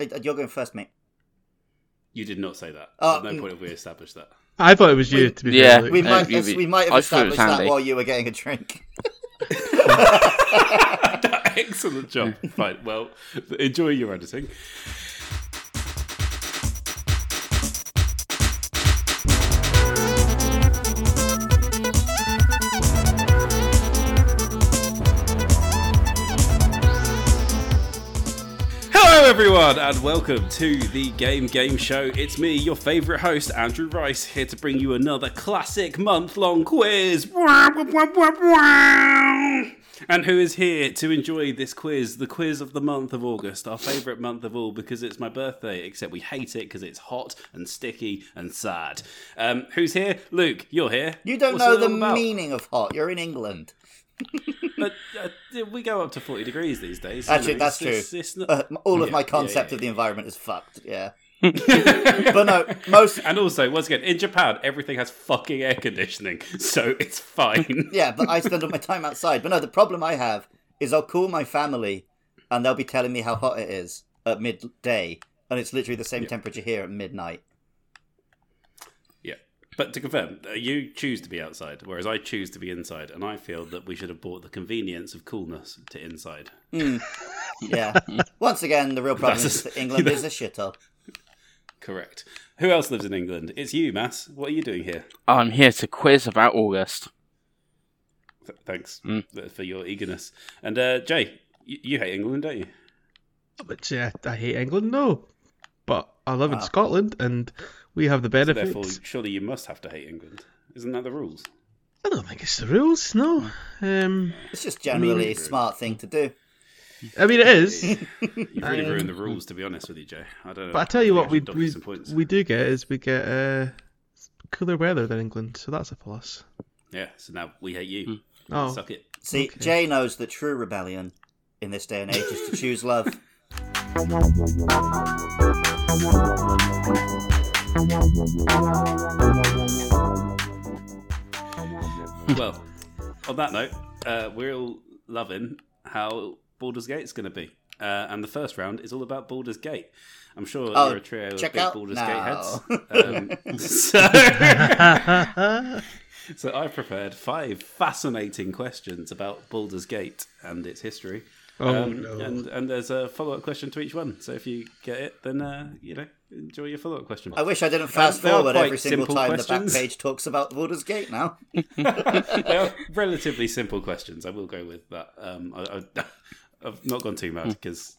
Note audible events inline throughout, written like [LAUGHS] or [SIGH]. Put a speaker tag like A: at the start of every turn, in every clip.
A: Uh, You're going first, mate.
B: You did not say that.
A: Oh,
B: At no
A: mm.
B: point have we established that.
C: I thought it was you. To be
D: Yeah.
C: fair, Luke.
A: We
D: Uh,
A: might,
D: you
A: es-
D: be-
A: we might have
D: I thought it was
A: established that
D: Andy.
A: while you were getting a drink. [LAUGHS]
B: [LAUGHS] Excellent job. Right. Well, enjoy your editing. Hello, everyone, and welcome to the Game Game Show. It's me, your favourite host, Andrew Rice, here to bring you another classic month long quiz. Wah, wah, wah, wah, wah. And who is here to enjoy this quiz, the quiz of the month of August, our favourite month of all because it's my birthday, except we hate it because it's hot and sticky and sad. Um, who's here? Luke, you're here.
A: You don't
B: What's
A: know
B: it
A: the
B: all about?
A: meaning of hot. You're in England.
B: But, uh, we go up to 40 degrees these days. you
A: Actually,
B: know,
A: that's
B: it's-
A: true.
B: it's- it's not-
A: Uh, all of
B: Yeah,
A: my
B: yeah,
A: concept
B: yeah,
A: of the environment is fucked.
B: [LAUGHS]
A: Yeah. but no, most.
B: And also, once again, in Japan, everything has fucking air conditioning, [LAUGHS] so it's fine.
A: [LAUGHS] Yeah, but I spend all my time outside. But no, the problem I have is I'll call my family and they'll be telling me how hot it is at midday. And it's literally the same temperature here at midnight.
B: [LAUGHS] Yeah. But to confirm, uh, you choose to be outside, whereas I choose to be inside, and I feel that we should have brought the convenience of coolness to inside.
A: Yeah. Once again, the real problem
B: That's-
A: is that England is a shithole.
B: Correct. Who else lives in England? It's you, Mass. What are you doing here?
D: I'm here to quiz about August.
B: Th- thanks
C: Mm.
B: th- for your eagerness. And uh, Jay, you-, you hate England, don't you?
C: Which uh, I hate England, no. But I live in
B: Ah.
C: Scotland, and we have the benefits.
B: Therefore, surely you must have to hate England. Isn't that the rules?
C: I don't think it's the rules, no. Um,
A: It's just generally
B: uh,
A: a smart thing to do.
C: I mean, it is.
B: You've really ruined the rules, to be honest with you, Jay. I don't know.
C: Um, But I tell you
B: think
C: what, we
B: should dock you
C: we,
B: some points.
C: we do get is we get uh, cooler weather than England, so that's a plus.
B: Yeah, so now we hate you.
C: Oh,
B: Suck it.
A: See, Jay knows that true rebellion in this day and age is
B: [LAUGHS]
A: to choose love.
B: well, on that note, uh, we're all loving how Baldur's Gate's going to be. Uh, and the first round is all about Baldur's Gate. I'm sure
A: Oh,
B: you're a trio of
A: check
B: big
A: out-
B: Baldur's
A: no. [LAUGHS]
B: Gate heads. Um, [LAUGHS] so, [LAUGHS] so I've prepared five fascinating questions about Baldur's Gate and its history.
C: [LAUGHS] Oh,
B: um,
C: no.
B: and, and there's a follow up question to each one. So if you get it, then, uh, you know, enjoy your follow up question.
A: I wish I didn't fast
B: they are
A: forward
B: quite
A: every single
B: simple
A: time the back
B: questions.
A: page talks about Baldur's Gate
B: [LAUGHS]
A: now.
B: they
C: [LAUGHS]
B: are relatively simple questions. I will go with that. Um, I, I, [LAUGHS] I've not gone too mad
C: Hmm.
B: because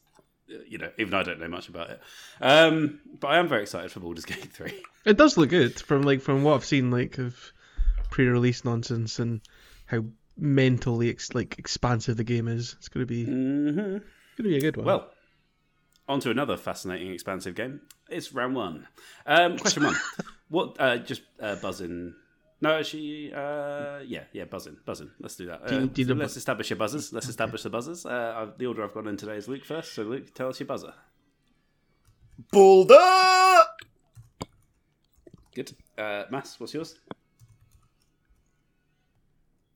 B: you know even I don't know much about it. Um, but I am very excited for Baldur's Gate three.
C: it does look good from like from what I've seen like of pre-release nonsense and how mentally ex- like expansive the game is. It's gonna be gonna be a good one.
B: Well, on to another fascinating, expansive game. It's round one. Um, question
C: [LAUGHS]
B: one. What? Uh, just uh, buzzing. No, actually, uh, yeah, yeah, buzzing, buzzing. Let's do that. Uh,
C: you need a bu-
B: let's establish your buzzers. Let's establish the buzzers. Uh, i the order I've gone in today is Luke first. So Luke, tell us your buzzer.
A: Boulder!
B: Good. Uh, Mass, what's yours?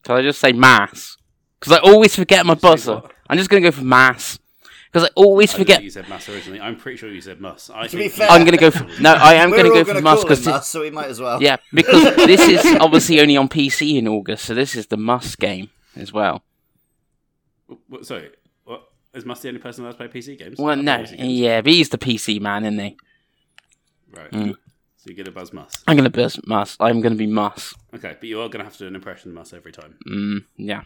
D: Can I just say mass? Because I always forget my buzzer.
B: what?
D: I'm just going to go for mass. Because I always
B: I
D: forget.
B: think you said mass originally. I'm pretty sure you said muss. I
A: be
B: think
A: fair-
D: I'm going to
A: [LAUGHS]
D: go for. No, I am
A: We're
D: going to
A: all
D: go
A: going to
D: for mass
A: call him
D: because.
A: Mus, so we might as well.
D: Yeah, because this is obviously only on PC in August, so this is the must game as well.
B: What, sorry, what? Is Must the only person allowed to play PC games?
D: Well,
B: I play
D: no,
B: PC games.
D: yeah, but he's the PC man, isn't he?
B: Right.
D: Mm.
B: So you get a buzz Mus.
D: I'm gonna be Mus. I'm gonna be Mus.
B: Okay, but you are going to have to do an impression of Mus every time.
D: Mm, yeah.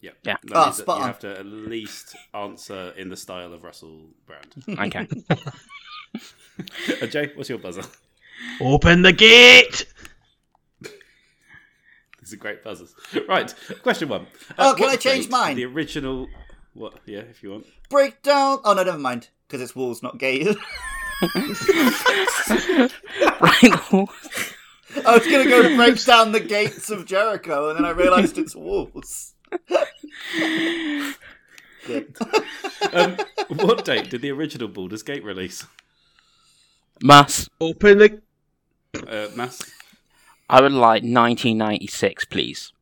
B: Yeah.
D: Yeah.
B: That
A: Ah,
B: means that
A: spot
B: you
A: on.
B: have to at least answer in the style of Russell
D: [LAUGHS]
B: Brand.
A: [LAUGHS]
D: Okay.
B: uh, Jay, what's your buzzer? [LAUGHS]
C: Open the gate.
B: These are great buzzers. Right. Question one. Uh,
A: Oh, can
B: what
A: I change
B: date
A: mine?
B: The original. What? Yeah, if you want.
A: Breakdown! Oh, no, never mind, because it's walls, not gate. [LAUGHS]
D: right.
A: I was gonna go break
B: [LAUGHS]
A: down the gates of Jericho, and then I realised it's
D: [LAUGHS]
A: walls. Good.
B: Um, [LAUGHS] what date did the original Baldur's Gate
D: [LAUGHS]
B: release?
D: Mus.
C: Open the.
B: Uh, Mass,
D: I would like 1996, please.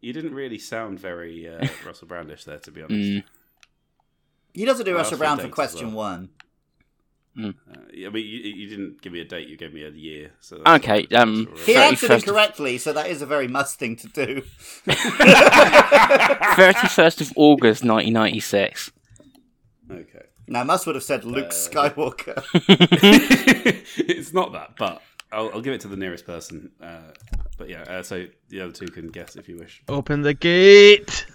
B: you didn't really sound very
D: [LAUGHS]
B: uh, Russell Brandish there, to be honest.
D: Mm.
A: He doesn't do
B: Well,
A: Russell
B: that's
A: Brown
B: the
A: for
B: dates as
A: question
B: well.
A: one.
D: Mm.
B: Uh, I mean, you, you didn't give me a date; you gave me a year. So that's-
D: Okay,
B: that's
D: um,
B: all right.
A: He answered
D: 31st.
A: incorrectly, so that is a very must thing to do.
D: 31st of August 1996.
B: okay.
A: Now, Must would have said
B: Uh,
A: Luke Skywalker.
B: it's not that, but I'll, I'll give it to the nearest person. Uh, but yeah, uh, so the other two can guess if you wish.
C: Open the gate.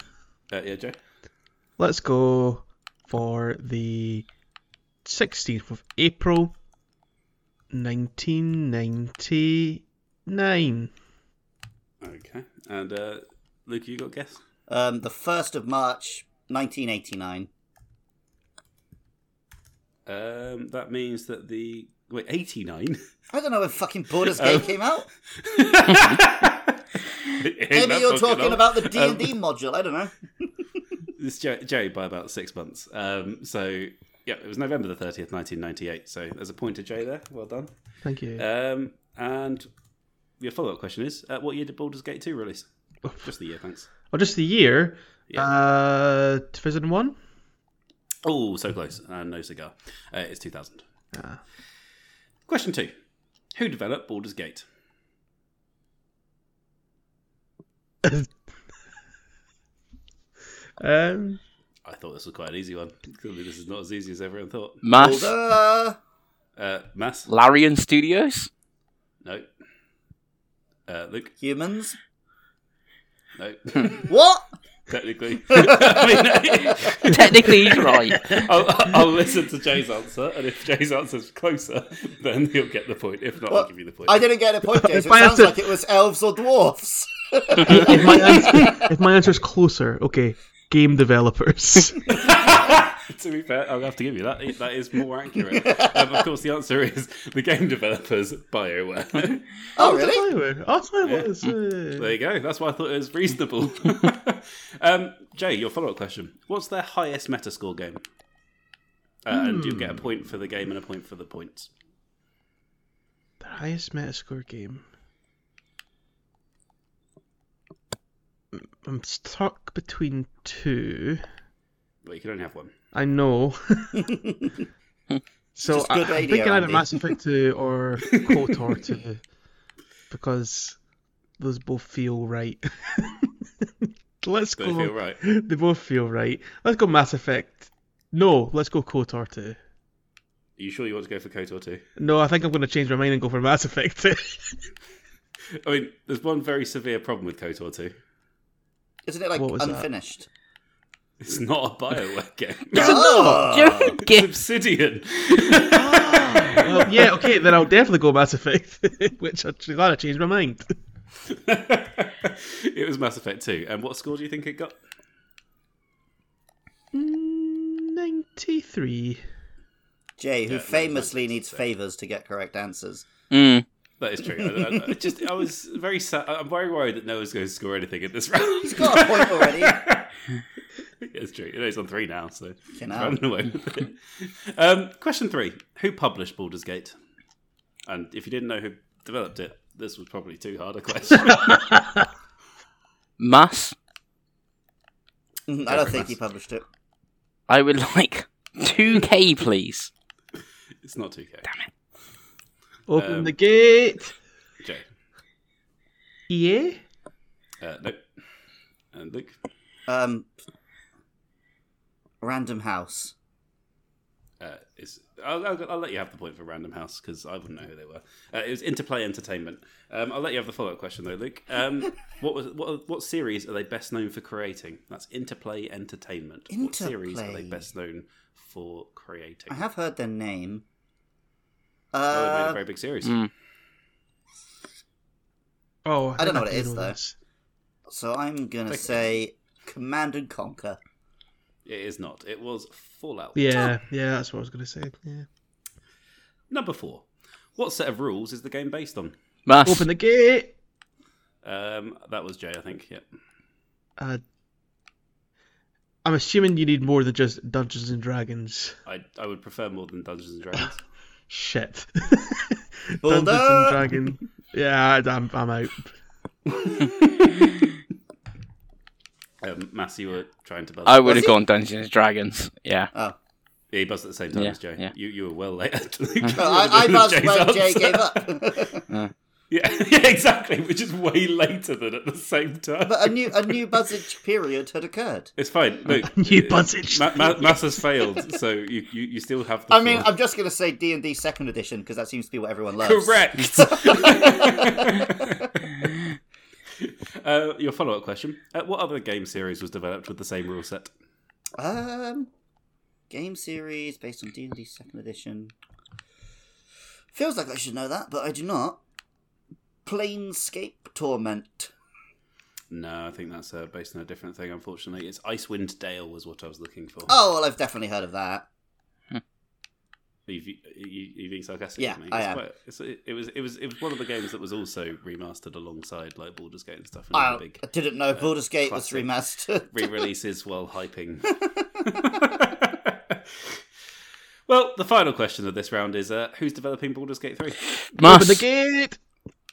B: Uh, yeah, Joe.
C: Let's go for the 16th of April, 1999.
B: Okay, and uh, Luke, you got a guess?
A: Um, the 1st of March, 1989.
B: Um, that means that the wait eighty [LAUGHS] nine.
A: I don't know when fucking Borders Gate
B: Oh.
A: came out.
B: Maybe
A: Maybe you're talking about the D&D module. I don't know.
B: Um, this Joe, Joe by about six months. Um, so yeah, it was November the thirtieth, nineteen ninety eight. So there's a point to Joe there. Well done.
C: Thank you.
B: Um, and your follow up question is, uh, what year did Baldur's Gate two release? Just the year, thanks.
C: oh, just the year. Uh, 2001?
B: Oh, so close. Uh, no cigar. Uh, it's two thousand.
C: Ah.
B: Question two: Who developed Baldur's Gate?
C: Um,
B: I thought this was quite an easy one. Clearly, this is not as easy as everyone thought.
D: Mass
A: Boulder.
B: Uh, Mass?
D: Larian Studios?
B: No. Uh, Luke?
A: Humans.
B: No. [LAUGHS]
A: What?
B: Technically. [LAUGHS] I mean,
D: Technically, he's right.
B: [LAUGHS] I'll, I'll listen to Jay's answer, and if Jay's answer's closer, then he'll get the point. If not, I'll
A: Well,
B: give you the point.
A: I didn't get a point, James. It
C: If I
A: sounds
C: answered-
A: like it was elves or dwarfs.
C: if, my answer, if my answer's closer, okay, game developers.
B: [LAUGHS] to be fair, I'll have to give you that. That is more
A: [LAUGHS]
B: accurate. um, of course, the answer is the game developers, BioWare.
A: [LAUGHS]
B: [LAUGHS]
A: Oh, really? Mm-hmm.
C: Oh, that's what it was. uh,
B: there you go. That's why I thought it was reasonable. [LAUGHS] um, Jay, your follow up question What's their highest Metascore game? Uh, And you'll get a point for the game and a point for the points.
C: The highest Metascore game. I'm stuck between two.
B: But you can only have one.
A: [LAUGHS]
C: I know. so
A: Just
C: I,
A: good
C: I'm
A: idea,
C: thinking either
A: Andy.
C: Mass Effect 2
A: [LAUGHS]
C: or KOTOR 2 because those both feel right. [LAUGHS] let's
B: They
C: go.
B: feel right.
C: [LAUGHS] They both feel right. Let's go Mass Effect. No, let's go KOTOR 2.
B: Are you sure you want to go for KOTOR 2?
C: No, I think I'm going to change my mind and go for Mass Effect 2.
B: I mean, there's one very severe problem with KOTOR 2.
A: Isn't it like
C: What was that?
A: unfinished?
B: It's not a Bioware [LAUGHS] game.
A: [LAUGHS] Oh.
D: Joe Gibbs.
B: Obsidian.
C: [LAUGHS]
B: [LAUGHS]
C: well, yeah, okay, then I'll definitely go Mass Effect, [LAUGHS] which I'm glad I changed my mind.
B: it was Mass Effect 2. And what score do you think it got?
C: 93.
A: Jay, who
B: Yeah, no,
A: famously
B: that's-
A: needs favors to get correct answers.
D: Mm.
B: That is true. I, I- I just, I was very sad. I'm very worried that no one's going to score anything at this [LAUGHS] round.
A: He's got a point already.
B: [LAUGHS] it's true. It is on three now, so
A: You
B: it's
A: know.
B: running away with it. [LAUGHS] Um, question three: Who published Baldur's Gate? And if you didn't know who developed it, this was probably too hard a question. [LAUGHS]
D: Mass?
A: Mm, I don't think he published it.
D: I would like 2K, please.
B: it's not 2K.
C: Open
B: Um,
C: the gate! E
B: Jay,
C: EA?
B: uh, nope. And Luke,
A: Um, Random House.
B: uh, is I'll, I'll, I'll let you have the point for Random House because I wouldn't know who they were. Uh, it was Interplay Entertainment. Um, I'll let you have the follow-up question though, Luke. Um, what was what, what series are they best known for creating? That's Interplay Entertainment. What series are they
A: Interplay.
B: best known for creating?
A: I have heard their name.
B: Oh, they made a
A: Uh,
B: very big series.
D: Mm.
A: I
C: Oh,
A: don't
C: think
A: know what
C: do
A: it is, though.
C: this.
A: so I'm gonna
B: Thank you.
A: say Command and Conquer.
B: It is not. It was Fallout.
C: Yeah, yeah, that's what I was going to say. Yeah.
B: Number four. What set of rules is the game based on?
D: Mass.
C: Open the gate!
B: Um, that was Jay, I think. Yep.
C: Uh, I'm assuming you need more than just Dungeons and Dragons.
B: I I would prefer more than Dungeons and Dragons.
C: Shit.
A: Bulldog!
C: Dungeons and Dragons. Yeah, I- I'm, I'm out.
B: um, Mass, you were trying to buzz.
D: I
A: Was
D: would have
A: it?
B: [LAUGHS]
D: gone Dungeons and Dragons. Yeah.
A: Oh,
B: Yeah, he buzzed at the same time
D: Yeah,
B: as Jay.
D: yeah.
B: You you were well late. [LAUGHS]
A: Well, I, I buzzed
B: Jay's
A: when Jay
B: answer. [LAUGHS]
A: gave up.
B: Yeah, [LAUGHS] yeah, exactly. Which is way later than at the same time.
A: but uh, a new a new buzzage period had occurred.
B: It's fine. No,
C: You buzzed.
B: Ma- ma- mass has failed, so you, you, you still have the.
A: I mean,
B: floor.
A: I'm just gonna say D and D second edition because that seems to be what everyone loves.
B: correct. [LAUGHS] uh, your follow up question: uh, What other game series was developed with the same rule set?
A: Um, game series based on D and D second edition. Feels like I should know that, but I do not. Planescape Torment.
B: No, I think that's uh, based on a different thing. Unfortunately, it's Icewind Dale was what I was looking for.
A: Oh well, I've definitely heard of that.
B: Are you, are you, are you being sarcastic?
A: Yeah,
B: at me?
A: I
B: It's
A: am.
B: quite- it's- it, it was it was it was one of the games that was also remastered alongside like Baldur's Gate and stuff. And
A: I
B: other big Uh,
A: I didn't know Baldur's Gate was
B: classic.
A: remastered.
B: re-releases while hyping. [LAUGHS] well, the final question of this round is: uh, Who's developing Baldur's Gate Three?
C: Open the
D: Must.
C: gate.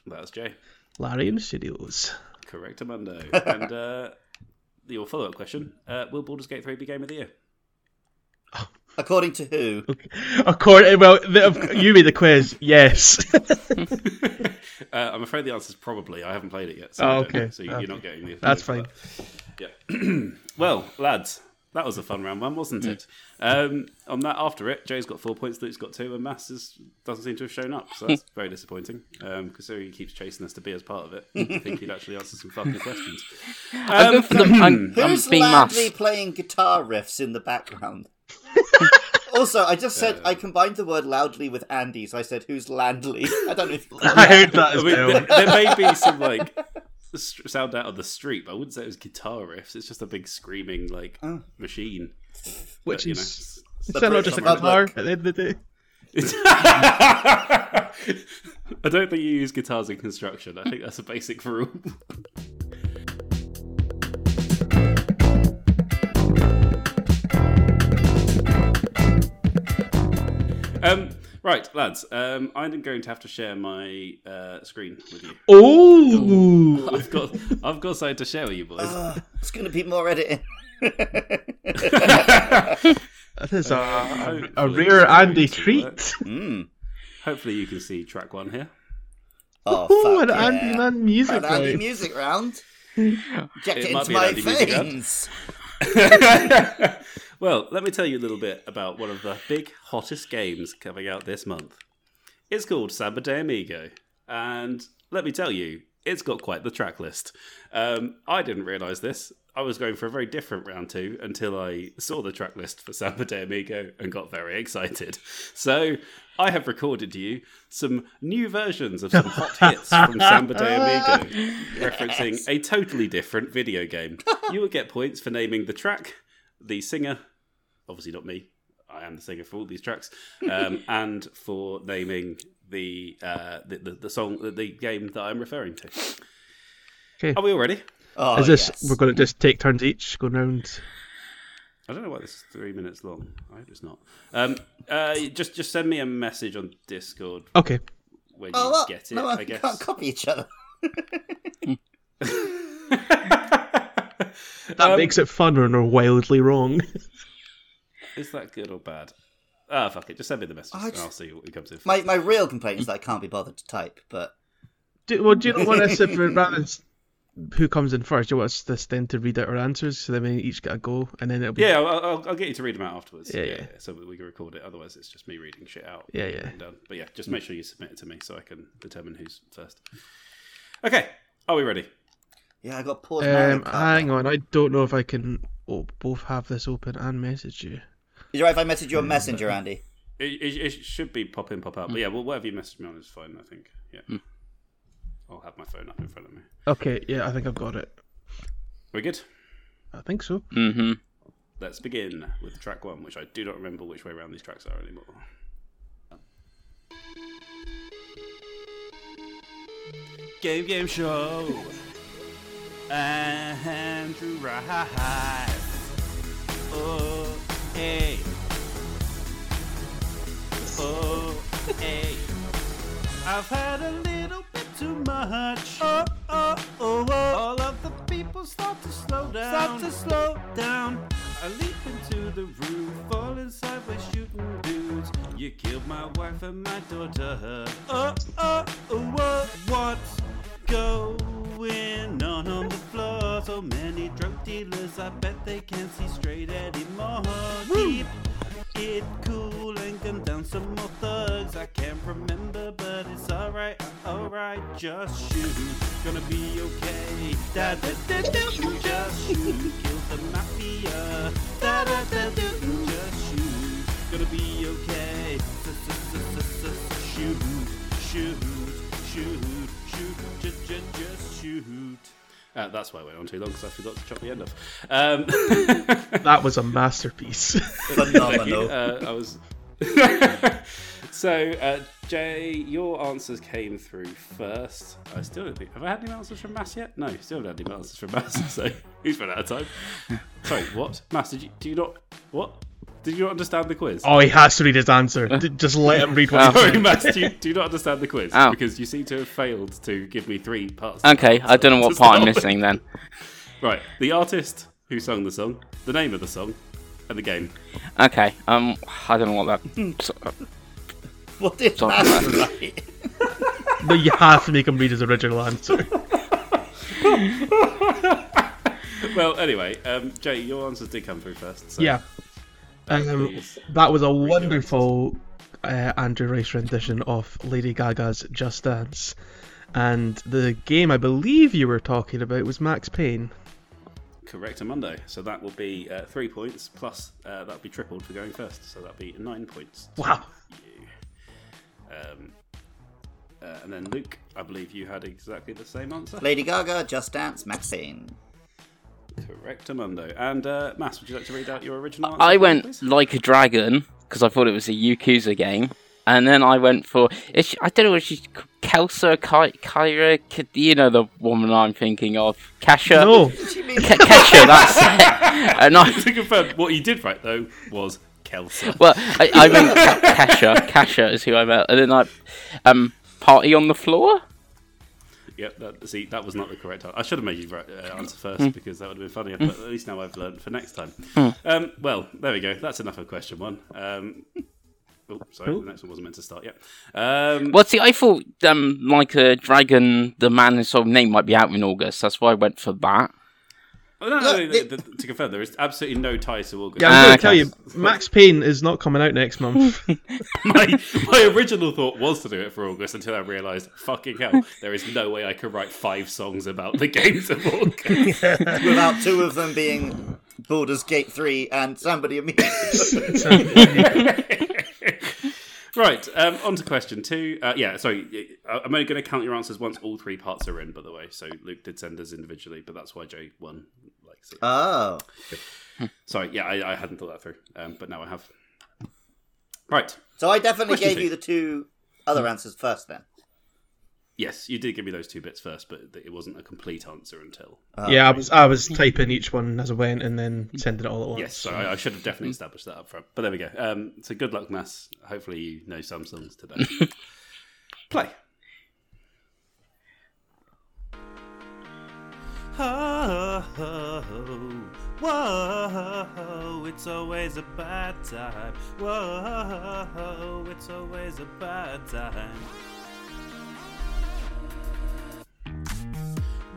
B: That was Jay.
C: Larium Studios.
B: Correct, Amando. and uh, your follow-up question: uh, Will Baldur's Gate Three be Game of the Year?
A: [LAUGHS] According to who?
C: According, eh, well, the, you made the quiz. Yes. [LAUGHS]
B: uh, I'm afraid the answer is probably. I haven't played it yet. So
C: Oh,
B: I don't
C: okay.
B: know. So you-
C: Okay.
B: you're not getting the.
C: That's
B: for
C: fine.
B: that. Yeah. [CLEARS THROAT] well, lads, that was a fun round one, wasn't it? Um, on that, after it, Jay's got four points, Luke's got two, and Mass is, doesn't seem to have shown up. So
C: [LAUGHS]
B: that's very disappointing. Um, Considering he keeps chasing us to be as part of it, I think he'd actually answer some fucking
C: [LAUGHS]
B: questions. Um,
D: I go for the. I'm, I'm
A: Who's
D: being
A: loudly
D: must.
A: playing guitar riffs in the
C: [LAUGHS]
A: background? also, I just said I combined the word loudly with Andy, so I said who's Landly. I don't know
C: [LAUGHS]
A: if
C: I heard that
B: I [LAUGHS]
C: as
B: mean,
C: well.
B: there, there may be some like s- sound out of the street, but I wouldn't say it was guitar riffs. It's just a big screaming like machine.
C: Which
B: you know.
C: is
A: The
C: is that not just a
A: British
C: guitar
A: Republic.
C: at the end of the day?
B: [LAUGHS] I don't think you use guitars in construction. I think that's a basic rule. [LAUGHS] um, right, lads. Um, I'm going to have to share my uh, screen with you.
C: Oh,
B: [LAUGHS] I've got, I've got something to share with you boys.
A: it's going to be more
C: [LAUGHS]
A: editing.
C: that is a, a
B: hopefully
C: rare
B: it's going
C: Andy
B: to
C: treat.
B: [LAUGHS]
A: Hmm.
B: Hopefully, you can see track one here.
C: [LAUGHS]
A: Oh,
C: Oh,
A: fuck
C: an
A: yeah.
C: Andy Man music
A: An Andy
C: round.
A: music
C: [LAUGHS]
A: round. Inject
B: It
A: it, into
B: might be an
A: my
B: Andy music round.
A: veins.
B: well, let me tell you a little bit about one of the big hottest games coming out this month. It's called Samba de Amigo, and let me tell you, it's got quite the track list. Um, I didn't realise this. I was going for a very different round two until I saw the track list for Samba de Amigo and got very excited. So I have recorded you some new versions of some hot hits from Samba de Amigo, referencing a totally different video game. You will get points for naming the track, the singer, obviously not me. I am the singer for all these tracks,
A: [LAUGHS]
B: um, and for naming the, uh, the, the the song, the- the game that I'm referring to.
C: Okay.
B: Are we all ready?
A: Oh,
C: Is this?
A: yes.
C: We're going to just take turns each, going round.
B: I don't know why this is three minutes long. I hope it's not. Um, uh, just just send me a message on Discord
C: Okay.
B: when
A: Oh,
B: you
A: what?
B: get it.
A: no,
B: I
A: one
B: guess.
A: can't copy each other.
C: That
B: Um,
C: makes it fun when we're wildly wrong.
B: [LAUGHS] Is that good or bad? Ah, fuck it. Just send me the message,
A: I
B: and
A: just-
B: I'll see what comes in.
A: My, my real complaint is that I can't be bothered to type, but
C: Do, well, do you not want us [LAUGHS] if we're- rather than s- who comes in first? Do you want us this then to read out our answers so then we each get a go and then it'll be
B: Yeah, I'll, I'll, I'll get you to read them out afterwards.
C: Yeah, yeah.
B: So we, we can record it. Otherwise, it's just me reading shit out.
C: Yeah, yeah.
B: And done. But yeah, just make sure you submit it to me so I can determine who's first. Okay, are we ready?
A: yeah, I got paused. Um,
C: Um, hang on, I don't know if I can o both have this open and message you.
A: Is it right if I message
C: Hmm.
A: you on Messenger,
C: [LAUGHS]
A: Andy?
B: It, it, it should be pop in, pop out. But yeah, well, whatever you message me on is fine. I think. Yeah. I'll have my phone up in front of me.
C: Okay, yeah, I think I've got it.
B: We're good.
C: I think so.
D: Mm-hmm.
B: Let's begin with track one, which I do not remember which way around these tracks are anymore. Game Game Show! Andrew Rice! Oh, hey! Oh, hey! I've had a little bit too much. Oh, oh, oh, oh. All of the people start to slow down. Start to slow down. I leap into the roof, falling sideways, You killed my wife and my daughter. Oh, oh, oh, what, what's going on on the floor? So many drug dealers, I bet they can't see straight anymore. Keep it cool and come down some more thugs. I can't remember, but it's alright, alright. Just shoot, gonna be okay. Da da da da, just shoot, kill the mafia. Da da da da, just shoot, gonna be okay. Shoot, shoot, shoot, shoot, just, just, just shoot. Uh, that's why I went on too long because I forgot to chop the end off. Um, [LAUGHS]
C: That was a masterpiece. [LAUGHS]
B: [LAUGHS]
A: Phenomenal.
B: uh, I was. so, uh, Jay, your answers came through first. I still don't think. Have I had any answers from Mass yet? No, still haven't had any answers from Mass. [LAUGHS] So he's run out of time. Sorry, what? Mass, did you do you not what? Did you not understand the quiz?
C: oh, he has to read his answer. Oh. D- Just let him read [LAUGHS] what
B: [LAUGHS]
C: he
B: Sorry,
C: said.
B: Mass, do you, do you not understand the quiz?
D: Ow.
B: Because you seem to have failed to give me three parts.
D: Okay, I don't know what
B: Just
D: part I'm
B: stop.
D: missing then.
B: Right, the artist who sung the song, the name of the song, and the game.
D: Okay, um, I don't know what that. so- uh,
A: What did
D: Sorry.
A: Mass write?
C: No, you have to make him read his original answer.
B: Well, anyway, um, Jay, your answers did come through first. So
C: Yeah. Um,
B: please.
C: that was a wonderful uh, Andrew Rice rendition of Lady Gaga's Just Dance. And the game I believe you were talking about was Max Payne.
B: Correct, Amundo. So that will be uh, three points plus uh, that'll be tripled for going first. So that'll be nine points.
C: Wow.
B: Um, uh, and then Luke, I believe you had exactly the same [LAUGHS] answer.
A: Lady Gaga, Just Dance, Maxine.
B: Correct, Amundo. And uh, Mass, would you like to read out your original answer?
D: I
B: for me,
D: went
B: please? [LAUGHS]
D: like a dragon because I thought it was a Yakuza game, and then I went for is she, I don't know if she's Kelsa Ky- Kyra, K- you know the woman I'm thinking of, Kasha.
C: No.
A: She means
D: K- Kesha, that's it. And I
B: to confirm what you did right though was Kelsa.
D: well, I, I meant Ka- Kesha. Kesha is who I meant, and then I um party on the floor.
B: Yep, that, see, that was not the correct answer. I should have made you right, uh, answer
C: Hmm.
B: first because that would have been funnier, but at least now I've learned for next time. Um, well, there we go. That's enough of question one. Um, oh, sorry, the next one wasn't meant to start yet. Um,
D: Well, see, I thought um like a dragon, the man whose sort of name might be out in August. That's why I went for that.
B: oh, no, no, no,
A: Look,
B: no,
A: it-
B: th- to confirm, there is absolutely no tie to August.
C: Yeah, I'm going
D: okay.
C: to tell you, Max Payne is not coming out next month.
B: [LAUGHS] my, my original thought was to do it for August until I realised, fucking hell, there is no way I could write five songs about the games of August.
A: without two of them being Baldur's Gate 3 and somebody immediately.
B: [LAUGHS] Right, um, on to question two. Uh, yeah, sorry, I- I'm only going to count your answers once all three parts are in, by the way. So Luke did send us individually, but that's why Joe won. Like, so.
A: Oh.
B: sorry, yeah, I, I hadn't thought that through, um, but now I have. Right,
A: So I definitely
B: Question
A: gave
B: two.
A: you the two other answers first then.
B: yes, you did give me those two bits first, but it wasn't a complete answer until.
C: yeah, I was I was typing each one as I went and then sending it all at once.
B: Yes, so I, I should have definitely established that up front. But there we go. Um, so good luck, Mass. Hopefully you know some songs today. Play. Oh, whoa, it's always a bad time. Whoa, it's always a bad time.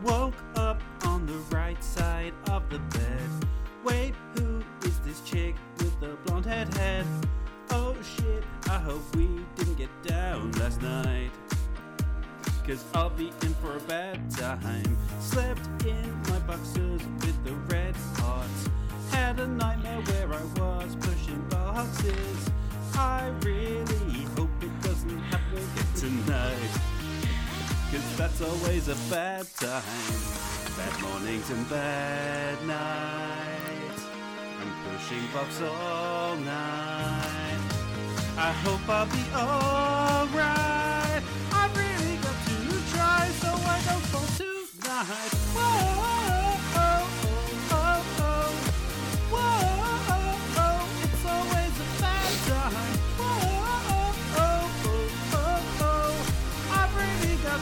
B: Woke up on the right side of the bed. Wait, who is this chick with the blonde head head? Oh shit, I hope we didn't get down last night. Cause I'll be in for a bad time. Slept in my boxers with the red hot. Had a nightmare where I was pushing boxes. I really hope it doesn't happen again tonight. Cause that's always a bad time. Bad mornings and bad nights. I'm pushing buffs all night. I hope I'll be alright. I really got to try so I don't fall tonight. Whoa, oh, oh, oh. Whoa, oh, oh, it's always a bad time. Whoa, oh, oh, oh, oh. I really got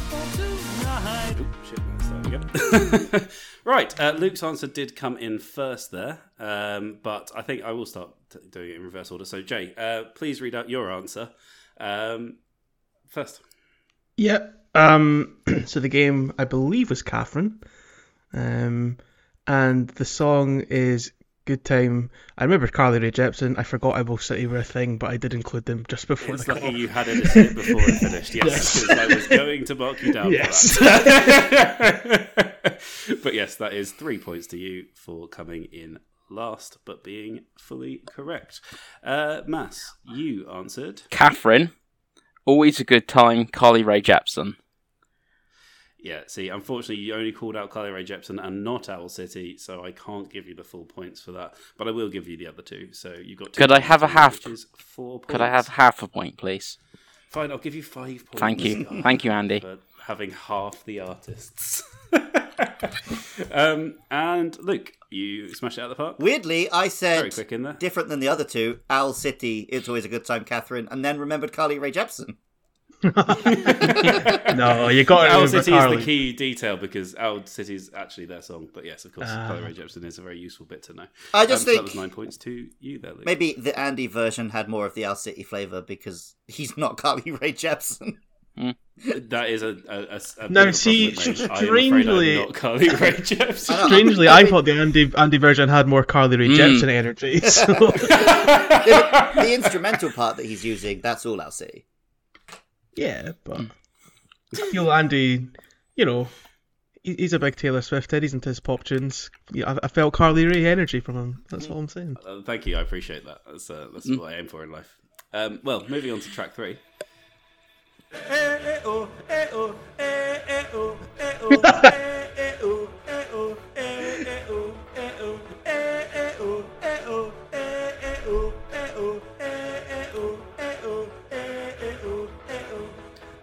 B: to try so I don't fall tonight. shit, that's that again. [LAUGHS] Right, uh, Luke's answer did come in first there, um, but I think I will start t- doing it in reverse order. So, Jay, uh, please read out your answer um, first.
C: Yeah. Um. [CLEARS THROAT] so the game I believe was Catherine, um, and the song is "Good Time." I remember Carly Rae Jepsen. I forgot Elbow City were a thing, but I did include them just before
B: It's
C: the call.
B: lucky you had it it before it finished. Yes,
C: Yes.
B: because I was going to mark you down.
C: Yes.
B: For that. [LAUGHS] but yes, that is three points to you for coming in last, but being fully correct. Uh, Mass, you answered.
D: Catherine, always a good time. Carly Ray Jepsen.
B: Yeah, see, unfortunately, you only called out Carly Rae Jepsen and not Owl City, so I can't give you the full points for that. But I will give you the other two. So you got. Two
D: Could I
B: points
D: have a
B: for that,
D: half-
B: Which is four points.
D: Could I have half a point, please?
B: Fine, I'll give you five points.
D: Thank
B: [LAUGHS]
D: you.
B: Scar,
D: Thank you, Andy.
B: For having half the artists. [LAUGHS] um, and Luke, you smashed it out of the park.
A: Weirdly, I
B: Very
A: said
B: quick in there.
A: different than the other two. Owl City, It's Always a Good Time, Catherine, and then remembered Carly Ray Jepsen.
C: no,
B: [LAUGHS]
C: you got it
B: Owl
C: over
B: City
C: Carly.
B: is the key detail because Owl City is actually their song. But yes, of course,
C: Ah.
B: Carly Rae Jepsen is a very useful bit to know.
A: I just
B: Um, so
A: think
B: that was nine points to you there, Luke.
A: maybe the Andy version had more of the Owl City flavour because he's not [LAUGHS] Carly Ray
B: [LAUGHS]
A: Jepsen.
B: That is a, a, a, a
C: No,
B: bit of a
C: see,
B: problem with me. I am afraid
C: strangely-
B: I'm not Carly
C: [LAUGHS]
B: Rae Jepsen.
A: I know.
B: [LAUGHS]
C: Strangely, I thought the Andy Andy version had more Carly Rae
D: Mm.
C: Jepsen energy. [LAUGHS]
B: [LAUGHS]
C: So.
A: the instrumental part that he's using, that's all Owl City.
C: Yeah, but
B: Mm.
C: I feel Andy, you know, he- he's a big Taylor Swift head. He's into his pop tunes. Yeah, I, I felt Carly Rae energy from him. That's all I'm saying.
B: Uh, thank you, I appreciate that. That's, uh, that's
A: Mm.
B: what I aim for in life. Um, well, moving on to track three.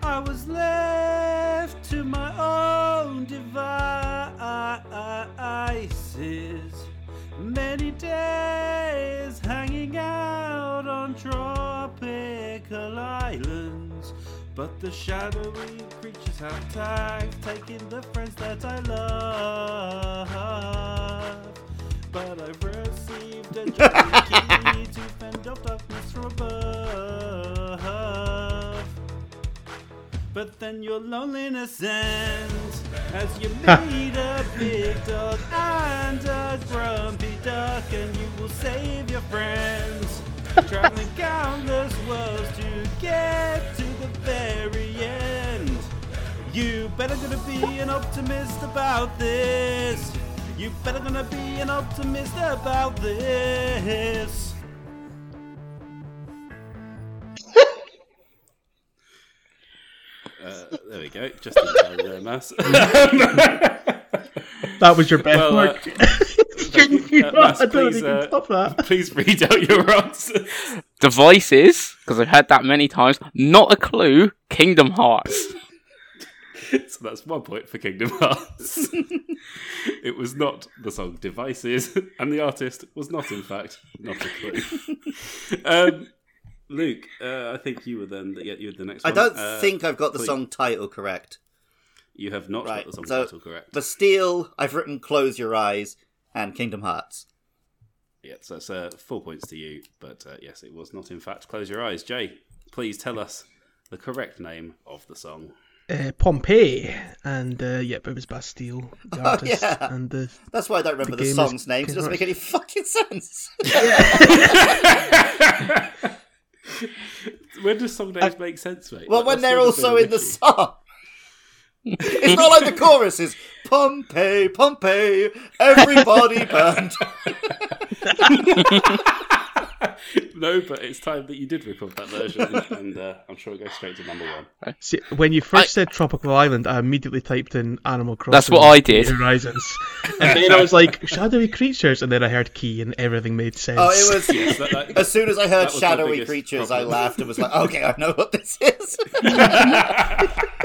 B: I was left to my own devices. Many days hanging out on tropical islands. But the shadowy creatures have tags, taking the friends that I love. But I've received a journey key to fend off darkness from above. But then your loneliness ends as you meet a big dog and a grumpy duck, and you will save your friends. Traveling countless worlds to get to the very end. You better gonna be an optimist about this. You better gonna be an optimist about this. Uh, there we go. Just in time there, Mass. [LAUGHS]
C: That was your best
B: Well, uh,
C: work. [LAUGHS] Can you
B: uh,
C: not?
B: Mass,
C: I don't
B: please,
C: think you
B: uh,
C: can top that.
B: Please read out your answers.
D: Devices, because I've heard that many times. Not a clue. Kingdom Hearts.
B: [LAUGHS] so that's one point for Kingdom Hearts. [LAUGHS] it was not the song Devices, [LAUGHS] and the artist was not, in fact, not a clue. [LAUGHS] um, Luke, uh, I think you were then. Yeah, you were the next
A: I
B: one.
A: don't
B: Uh,
A: think I've got the
B: please.
A: song title correct.
B: you have not
A: Right,
B: got the song
A: so-
B: title correct.
A: Bastille, I've written Close Your Eyes, and Kingdom Hearts.
B: Yeah, so that's uh, four points to you. But uh, yes, it was not, in fact. Close your eyes, Jay. Please tell us the correct name of the song.
C: Uh, Pompeii, and uh, yep, it was Bastille, the artist,
A: yeah.
C: and the
A: That's why I don't remember the,
C: game is
A: song's name, 'cause it doesn't
C: Kingdom
A: make any fucking [LAUGHS]
B: [LAUGHS]
A: sense.
B: When does song names make sense, mate?
A: Uh, well,
B: That-
A: when
B: that's
A: they're
B: never
A: also
B: been
A: in the
B: an issue.
A: song. it's not like the chorus is Pompeii, Pompeii,
B: [LAUGHS]
A: everybody burned.
B: [LAUGHS] No, but it's time that you did record that version, [LAUGHS] and uh, I'm sure it goes straight to number one.
C: See, when you first said tropical island, I immediately typed in Animal Crossing.
D: That's what I did.
C: New Horizons, and then I
B: [LAUGHS]
C: was like shadowy creatures, and then I heard key, and everything made sense.
A: Oh, it was.
B: [LAUGHS] Yes, that- that-
A: As soon as I heard
B: That was my
A: shadowy
B: biggest
A: creatures,
B: problem.
A: I laughed and was like, "Okay, I know what this
B: [LAUGHS]
A: is."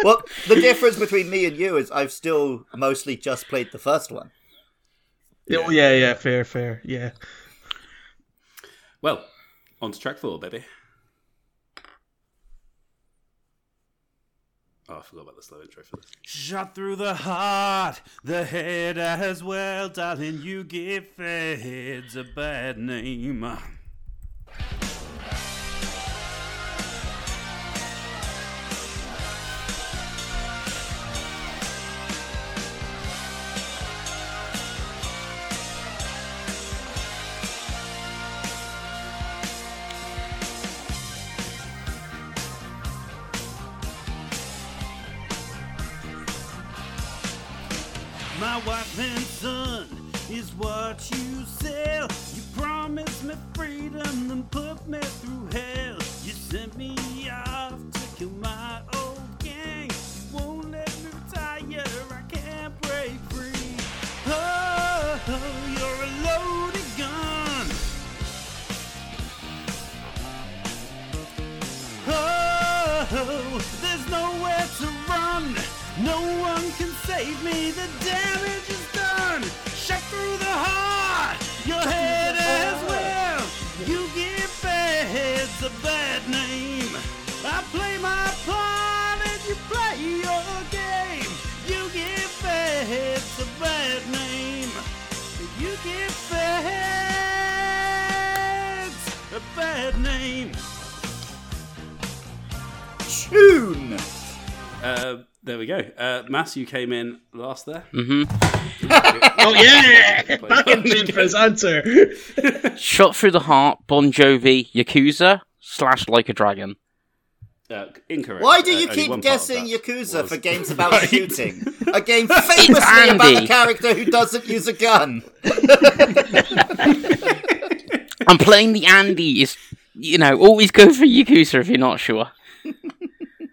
A: well, the difference between me and you is I've still mostly just played the first one.
C: Oh, [LAUGHS] yeah, yeah, fair, fair, yeah.
B: well, on to track four, baby. Oh, I forgot about the slow intro for this.
E: Shot through the heart, the head as well, darling. You give heads a bad name.
B: uh,
E: My wife and son is what you sell. You promised me freedom, then put me through hell. You sent me off to kill my old gang. You won't let me retire, I can't break free. Oh, you're a loaded gun. Oh, there's nowhere to run. No one can save me. The damage is done. Shot through the heart. Your head as well. You give heads a bad name. I play my part and you play your game. You give heads a bad name. You give heads a bad name.
A: Tune.
B: Uh, there we go. Uh, Mass, you came in last there.
C: Oh [LAUGHS] yeah!
B: Play [LAUGHS]
C: Back in
B: the
C: time for his answer.
D: Shot Through the Heart, Bon Jovi, Yakuza, slash Like a Dragon.
B: Uh, incorrect.
A: Why do
B: Uh,
A: you
B: only one part
A: keep
B: of
A: guessing
B: that
A: Yakuza
B: was-
A: for games about
B: Right.
A: shooting? A game famously
D: It's
A: about a
D: Andy.
A: character who doesn't use a gun.
D: I'm playing the Andy is, you know, always go for Yakuza if you're not sure.
B: [LAUGHS]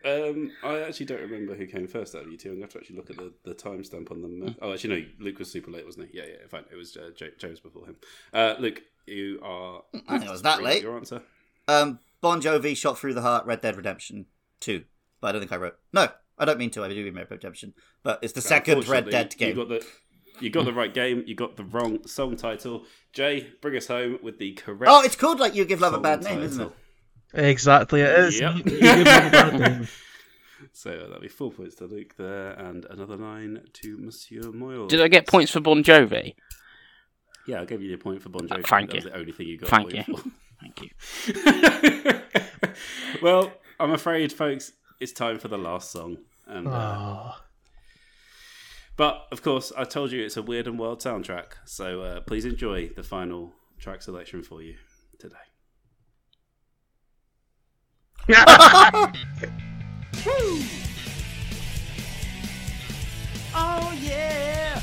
B: Um, I actually don't remember who came first out of you two. I'm going to have to actually look at the, the timestamp on
A: Hmm.
B: them. Uh, oh, actually, no, Luke was super late, wasn't he? Yeah, yeah, fine. It was uh, Jo- James before him. Uh, Luke, you are. I
A: Mm, think it was that late.
B: Your answer?
A: Um, Bon Jovi shot through the heart. Red Dead Redemption Two, but I don't think I wrote. No, I don't mean to. I do mean Red Dead Redemption, but it's the second Red
B: Uh, Unfortunately,
A: Dead
B: You
A: game.
B: got the. You got the right game. You got the wrong song title. Jay, bring us home with the correct.
A: Oh, it's called like you give love a
B: song
A: bad name, isn't it?
B: title.
C: exactly, it is.
B: Yep.
C: [LAUGHS] You give him a bad [LAUGHS] name.
B: So that'll be four points to Luke there, and another nine to Monsieur Moyle.
D: Did I get points for Bon Jovi?
B: Yeah, I gave you a point for Bon Jovi.
D: Uh, thank
B: that was
D: you.
B: the only thing you got.
D: Thank
B: a point
D: you. [LAUGHS]
B: for.
D: Thank you.
B: [LAUGHS] well, I'm afraid, folks, it's time for the last song. And, uh,
C: Aw.
B: but of course, I told you it's a weird and wild soundtrack, so uh, please enjoy the final track selection for you today.
E: Oh yeah!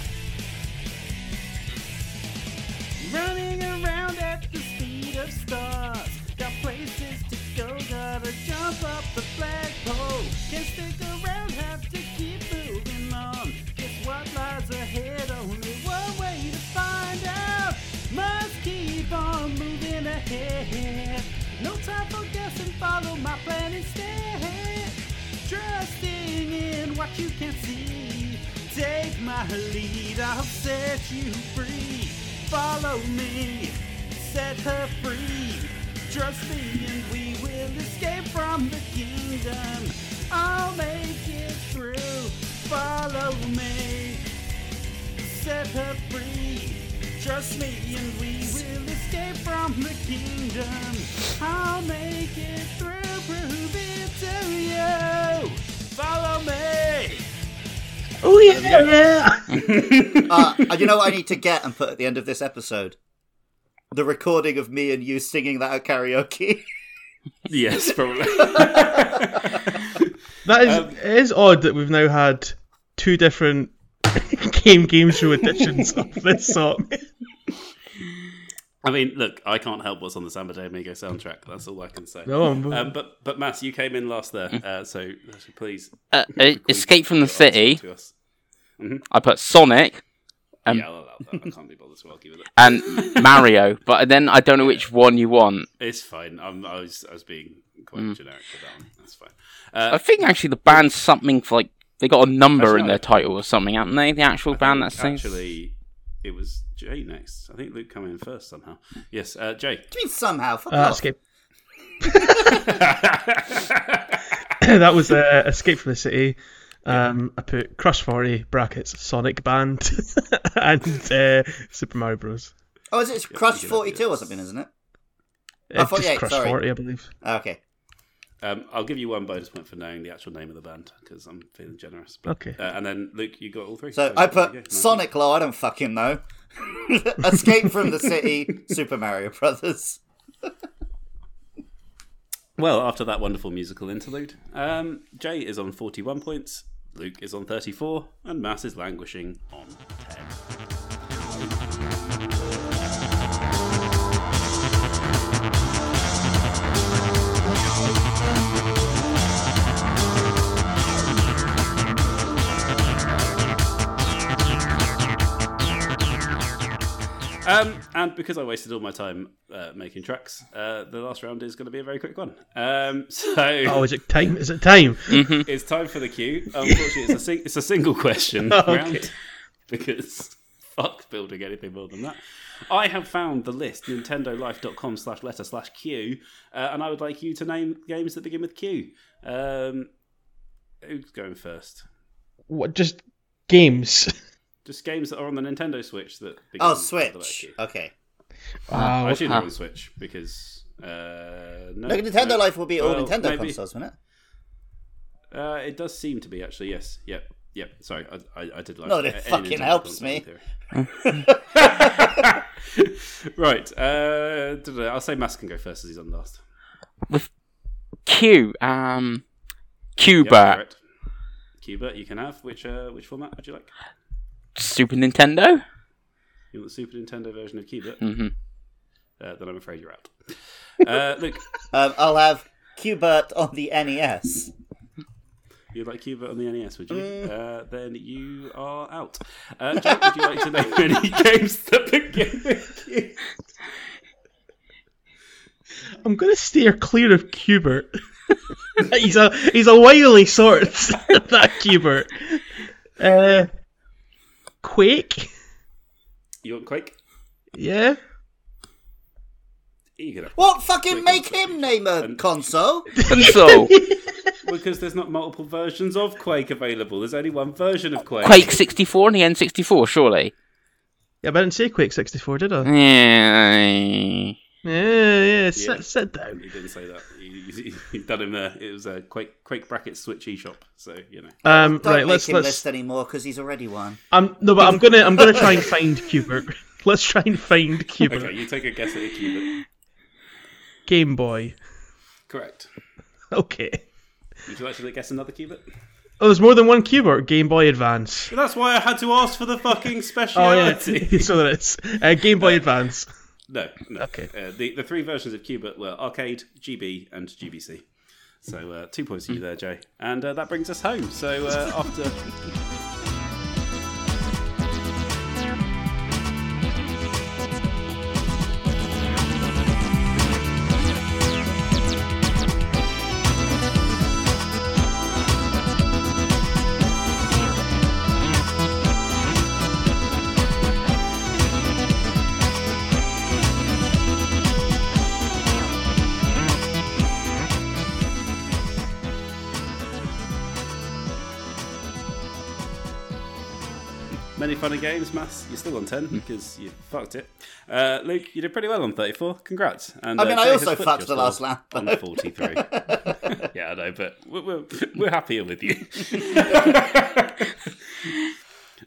E: Running around at the speed of stars. Got places to go, gotta jump up the flagpole. Can't stick around, have to keep moving on. Guess what lies ahead? Only one way to find out. Must keep on moving ahead. No time for guessing, follow my plan instead. Trusting in what you can see. Take my lead, I'll set you free. Follow me, set her free. Trust me, and we will escape from the kingdom. I'll make it through. Follow me, set her free. Trust me, and we will escape from the kingdom. I'll make it through, prove it to you. Follow me.
C: oh yeah!
A: uh, you know what I need to get and put at the end of this episode? The recording of me and you singing that at karaoke. [LAUGHS]
D: [LAUGHS]
B: Yes, probably.
C: That is
B: Um,
C: it is odd that we've now had two different [LAUGHS] game game show editions of this [LAUGHS] song.
B: I mean, look, I can't help what's on the Samba de Amigo soundtrack. That's all I can say.
C: No, I'm-
B: Um, but but Mass, you came in last there, uh, so please
D: Uh, uh, Mm. Escape from
B: your
D: the
B: answer
D: City,
B: to us.
D: I put Sonic Um,
B: yeah, I'll allow that. I can't be bothered to argue with it.
D: and Mario, but then I don't know which one you want.
B: It's fine. I'm, I was I was being quite generic with that one. That's fine. Uh,
D: I think actually the band's something for, like they got a number
B: Actually,
D: in
B: no.
D: their title or something, haven't they? The actual band that sings.
B: actually, it was Jay next. I think Luke came in first somehow. Yes, uh, Jay.
A: I mean, somehow. Fuck
C: Uh,
A: off.
C: escape. [LAUGHS] that was uh, Escape from the City. Um, I put Crush 40 brackets Sonic Band [LAUGHS] and uh, Super Mario Bros.
A: Oh, is it it's Crush 42 or something, isn't it?
C: Uh,
A: Oh, 48,
C: just Crush
A: sorry.
C: 40, I believe.
A: Oh, okay.
B: Um, I'll give you one bonus point for knowing the actual name of the band because I'm feeling generous. But,
C: Okay.
B: uh, and then Luke, you got all three.
A: So I put Sonic Law, I don't fucking know. [LAUGHS] Escape from the
B: [LAUGHS]
A: City, Super Mario Brothers.
B: Well, after that wonderful musical interlude, um, Jay is on 41 points, Luke is on 34, and Mass is languishing on 10. Um, and because I wasted all my time uh, making tracks, uh, the last round is going to be a very quick one. Um, [LAUGHS] so
C: Oh, is it time? Is it time?
B: it's time for the queue. Unfortunately, it's a sing- it's a single question
C: [LAUGHS] Okay.
B: round [LAUGHS] because fuck building anything more than that. I have found the list nintendolife.com slash letter slash Q, uh, and I would like you to name games that begin with Q. Um, who's going first?
C: What, just [LAUGHS] games?
B: Just games that are on the Nintendo Switch that begin
A: Oh,
B: with the letter
A: Switch.
B: Q.
A: Okay.
C: Wow.
B: I assume
D: huh.
B: they're on Switch because uh, no,
A: No, Nintendo Life will be all
B: Well,
A: Nintendo
B: maybe-
A: consoles, won't it?
B: Uh, it does seem to be actually. Yes. Yep. Yep. Sorry, I, I, I did like.
A: No, that
B: any
A: fucking
B: Nintendo
A: helps
B: console
A: me.
B: in theory. [LAUGHS] right. Uh, dunno, I'll say Mass can go first as he's on last.
D: Q. Um,
B: Yep,
D: Cuba.
B: correct. Cuba, you can have which uh, which format would you like? [LAUGHS]
D: Super Nintendo.
B: You want the Super Nintendo version of Cuba?
D: hmm
B: Uh, then I'm afraid you're out. Uh, Luke,
A: Um, I'll have Cubert on the E NES.
B: you'd like Cuba on the NES, would you?
A: Mm.
B: Uh, then you are out. Uh, Jake, would you like to name [LAUGHS] any games that begin with Q?
C: I'm gonna steer clear of Cubert. [LAUGHS] he's a he's a wily sort. [LAUGHS] that Cubert. Uh, Quake.
B: You want Quake?
C: Yeah.
B: You can have
A: What fucking
B: Wait,
A: make
B: wait,
A: him name a
B: Um,
A: console?
B: [LAUGHS]
D: Console.
B: Because there's not multiple versions of Quake available. There's only one version of Quake.
D: Quake 64 and the N64, surely.
C: Yeah, but I didn't say Quake 64, did
D: Mm.
C: I?
D: Yeah.
C: Yeah, yeah. Sit,
B: Yeah.
C: sit down.
B: You didn't say that. You, you, you've done him there. It was a Quake Quake bracket Switch eShop. So you know.
C: Um,
A: Don't
C: right.
A: make
C: Let's
A: him
C: let's.
A: list anymore because he's already one.
C: Um, no, but I'm gonna I'm gonna try and find Cubert. [LAUGHS] Let's try and find Cubert.
B: Okay, you take a guess at your cube.
C: Game Boy. [LAUGHS]
B: Correct.
C: Okay.
B: Would you like to guess another cube?
C: Oh, there's more than one Cubert. Game Boy Advance.
B: That's why I had to ask for the [LAUGHS] fucking
C: Oh yeah, [LAUGHS]
B: speciality.
C: so there is. Uh, Game Boy Advance.
B: No, no.
C: Okay.
B: Uh, the the three versions of Cubit were arcade, GB, and GBC. So uh, two points to you there, Jay. And uh, that brings us home. So uh, after. Many funny games, Mass. You're still on 10
A: Hmm.
B: because you fucked it. Uh, Luke, you did pretty well on 34. Congrats. And, uh,
A: I mean, I
B: Jay has
A: also
B: flipped
A: fucked the last
B: yourself
A: lap,
B: On
A: though.
B: 43.
A: [LAUGHS]
B: yeah, I know, but we're, we're, we're happier with you.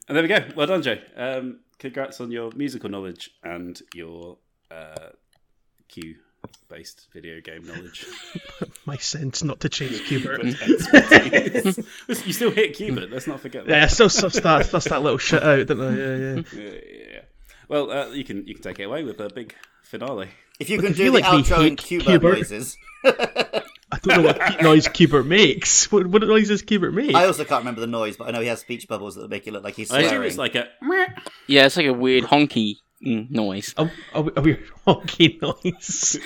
B: and there we go. Well done, Jay. Um, congrats on your musical knowledge and your uh, Q based video game knowledge.
C: My sense not to change Cubert.
B: But uh, [LAUGHS] expertise. you still hit Cubit, let's not forget that.
C: Yeah, I still suss that, suss that little shit out, didn't I? Yeah, yeah.
B: yeah. Well, uh, you can you can take it away with a big finale.
A: If you
C: Look,
A: can
C: if
A: do
C: you
A: the
C: like me
A: outro in
C: hate
A: Cubert
C: Cubert-
A: noises,
C: I don't know what pe- noise Cubert makes. What, what noise does Cubert make?
A: I also can't remember the noise, but I know he has speech bubbles that make it look like he's
B: I
A: swearing.
B: assume it's like [LAUGHS] a.
D: Yeah, it's like a weird honky mm, noise.
C: A, a, a weird [LAUGHS] honky noise.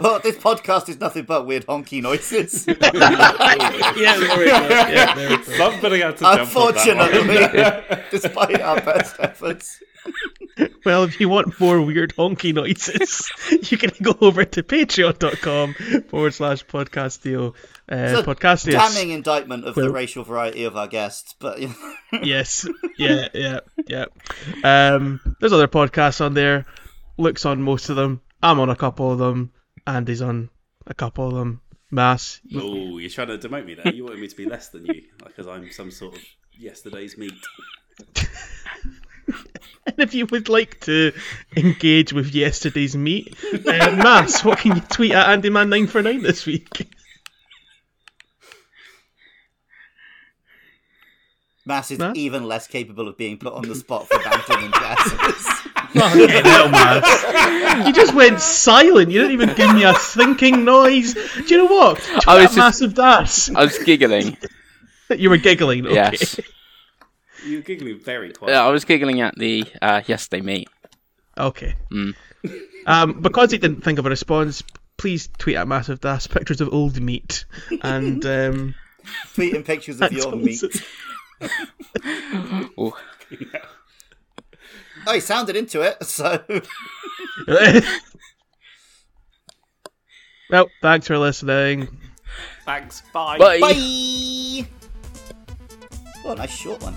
A: Well, Oh, this podcast is nothing but weird honky
B: [LAUGHS]
A: noises.
C: [LAUGHS] yeah, there we go. Yeah, there we
B: [LAUGHS]
C: go.
B: Somebody had to jump on that one.
A: [LAUGHS] Unfortunately, despite our best efforts.
C: Well, if you want more weird honky noises, [LAUGHS] you can go over to patreon.com forward slash podcastio. Uh,
A: It's a
C: podcastius.
A: Damning indictment of the
C: Well-
A: racial variety of our guests, but you know,
C: Yes. Yeah, yeah, yeah. Um, there's other podcasts on there. Luke's on most of them. I'm on a couple of them. Andy's on a couple of them. Mass.
B: Oh, you're trying to demote me there. You wanted me to be less than you because I'm some sort of yesterday's meat.
C: And [LAUGHS] if you would like to engage with yesterday's meet, uh, Mass, what can you tweet at AndyMan949 this
D: [LAUGHS]
C: week?
A: [LAUGHS] Mass is
C: Mass?
A: even less capable of being put on the spot for banter than Jazz. [LAUGHS]
C: [LAUGHS] You just went silent. You didn't even give me a thinking noise. Do you know what? Tweet
D: I was
C: at
D: just-
C: massive dance.
D: I was
B: [LAUGHS]
D: giggling.
C: [LAUGHS] You were giggling. Okay.
D: Yes.
B: You're giggling very quiet.
D: Yeah, I was giggling at the uh, yesterday meet.
C: Okay.
D: Mm.
C: Um, because he didn't think of a response, please tweet at massive das pictures of old meat and
D: [LAUGHS]
C: um, [LAUGHS]
A: Tweeting pictures of your meat.
D: Ooh.
A: Oh, he sounded into it, so [LAUGHS]
C: well, thanks for listening.
B: Thanks. Bye.
D: Bye.
A: bye. Oh, nice short one.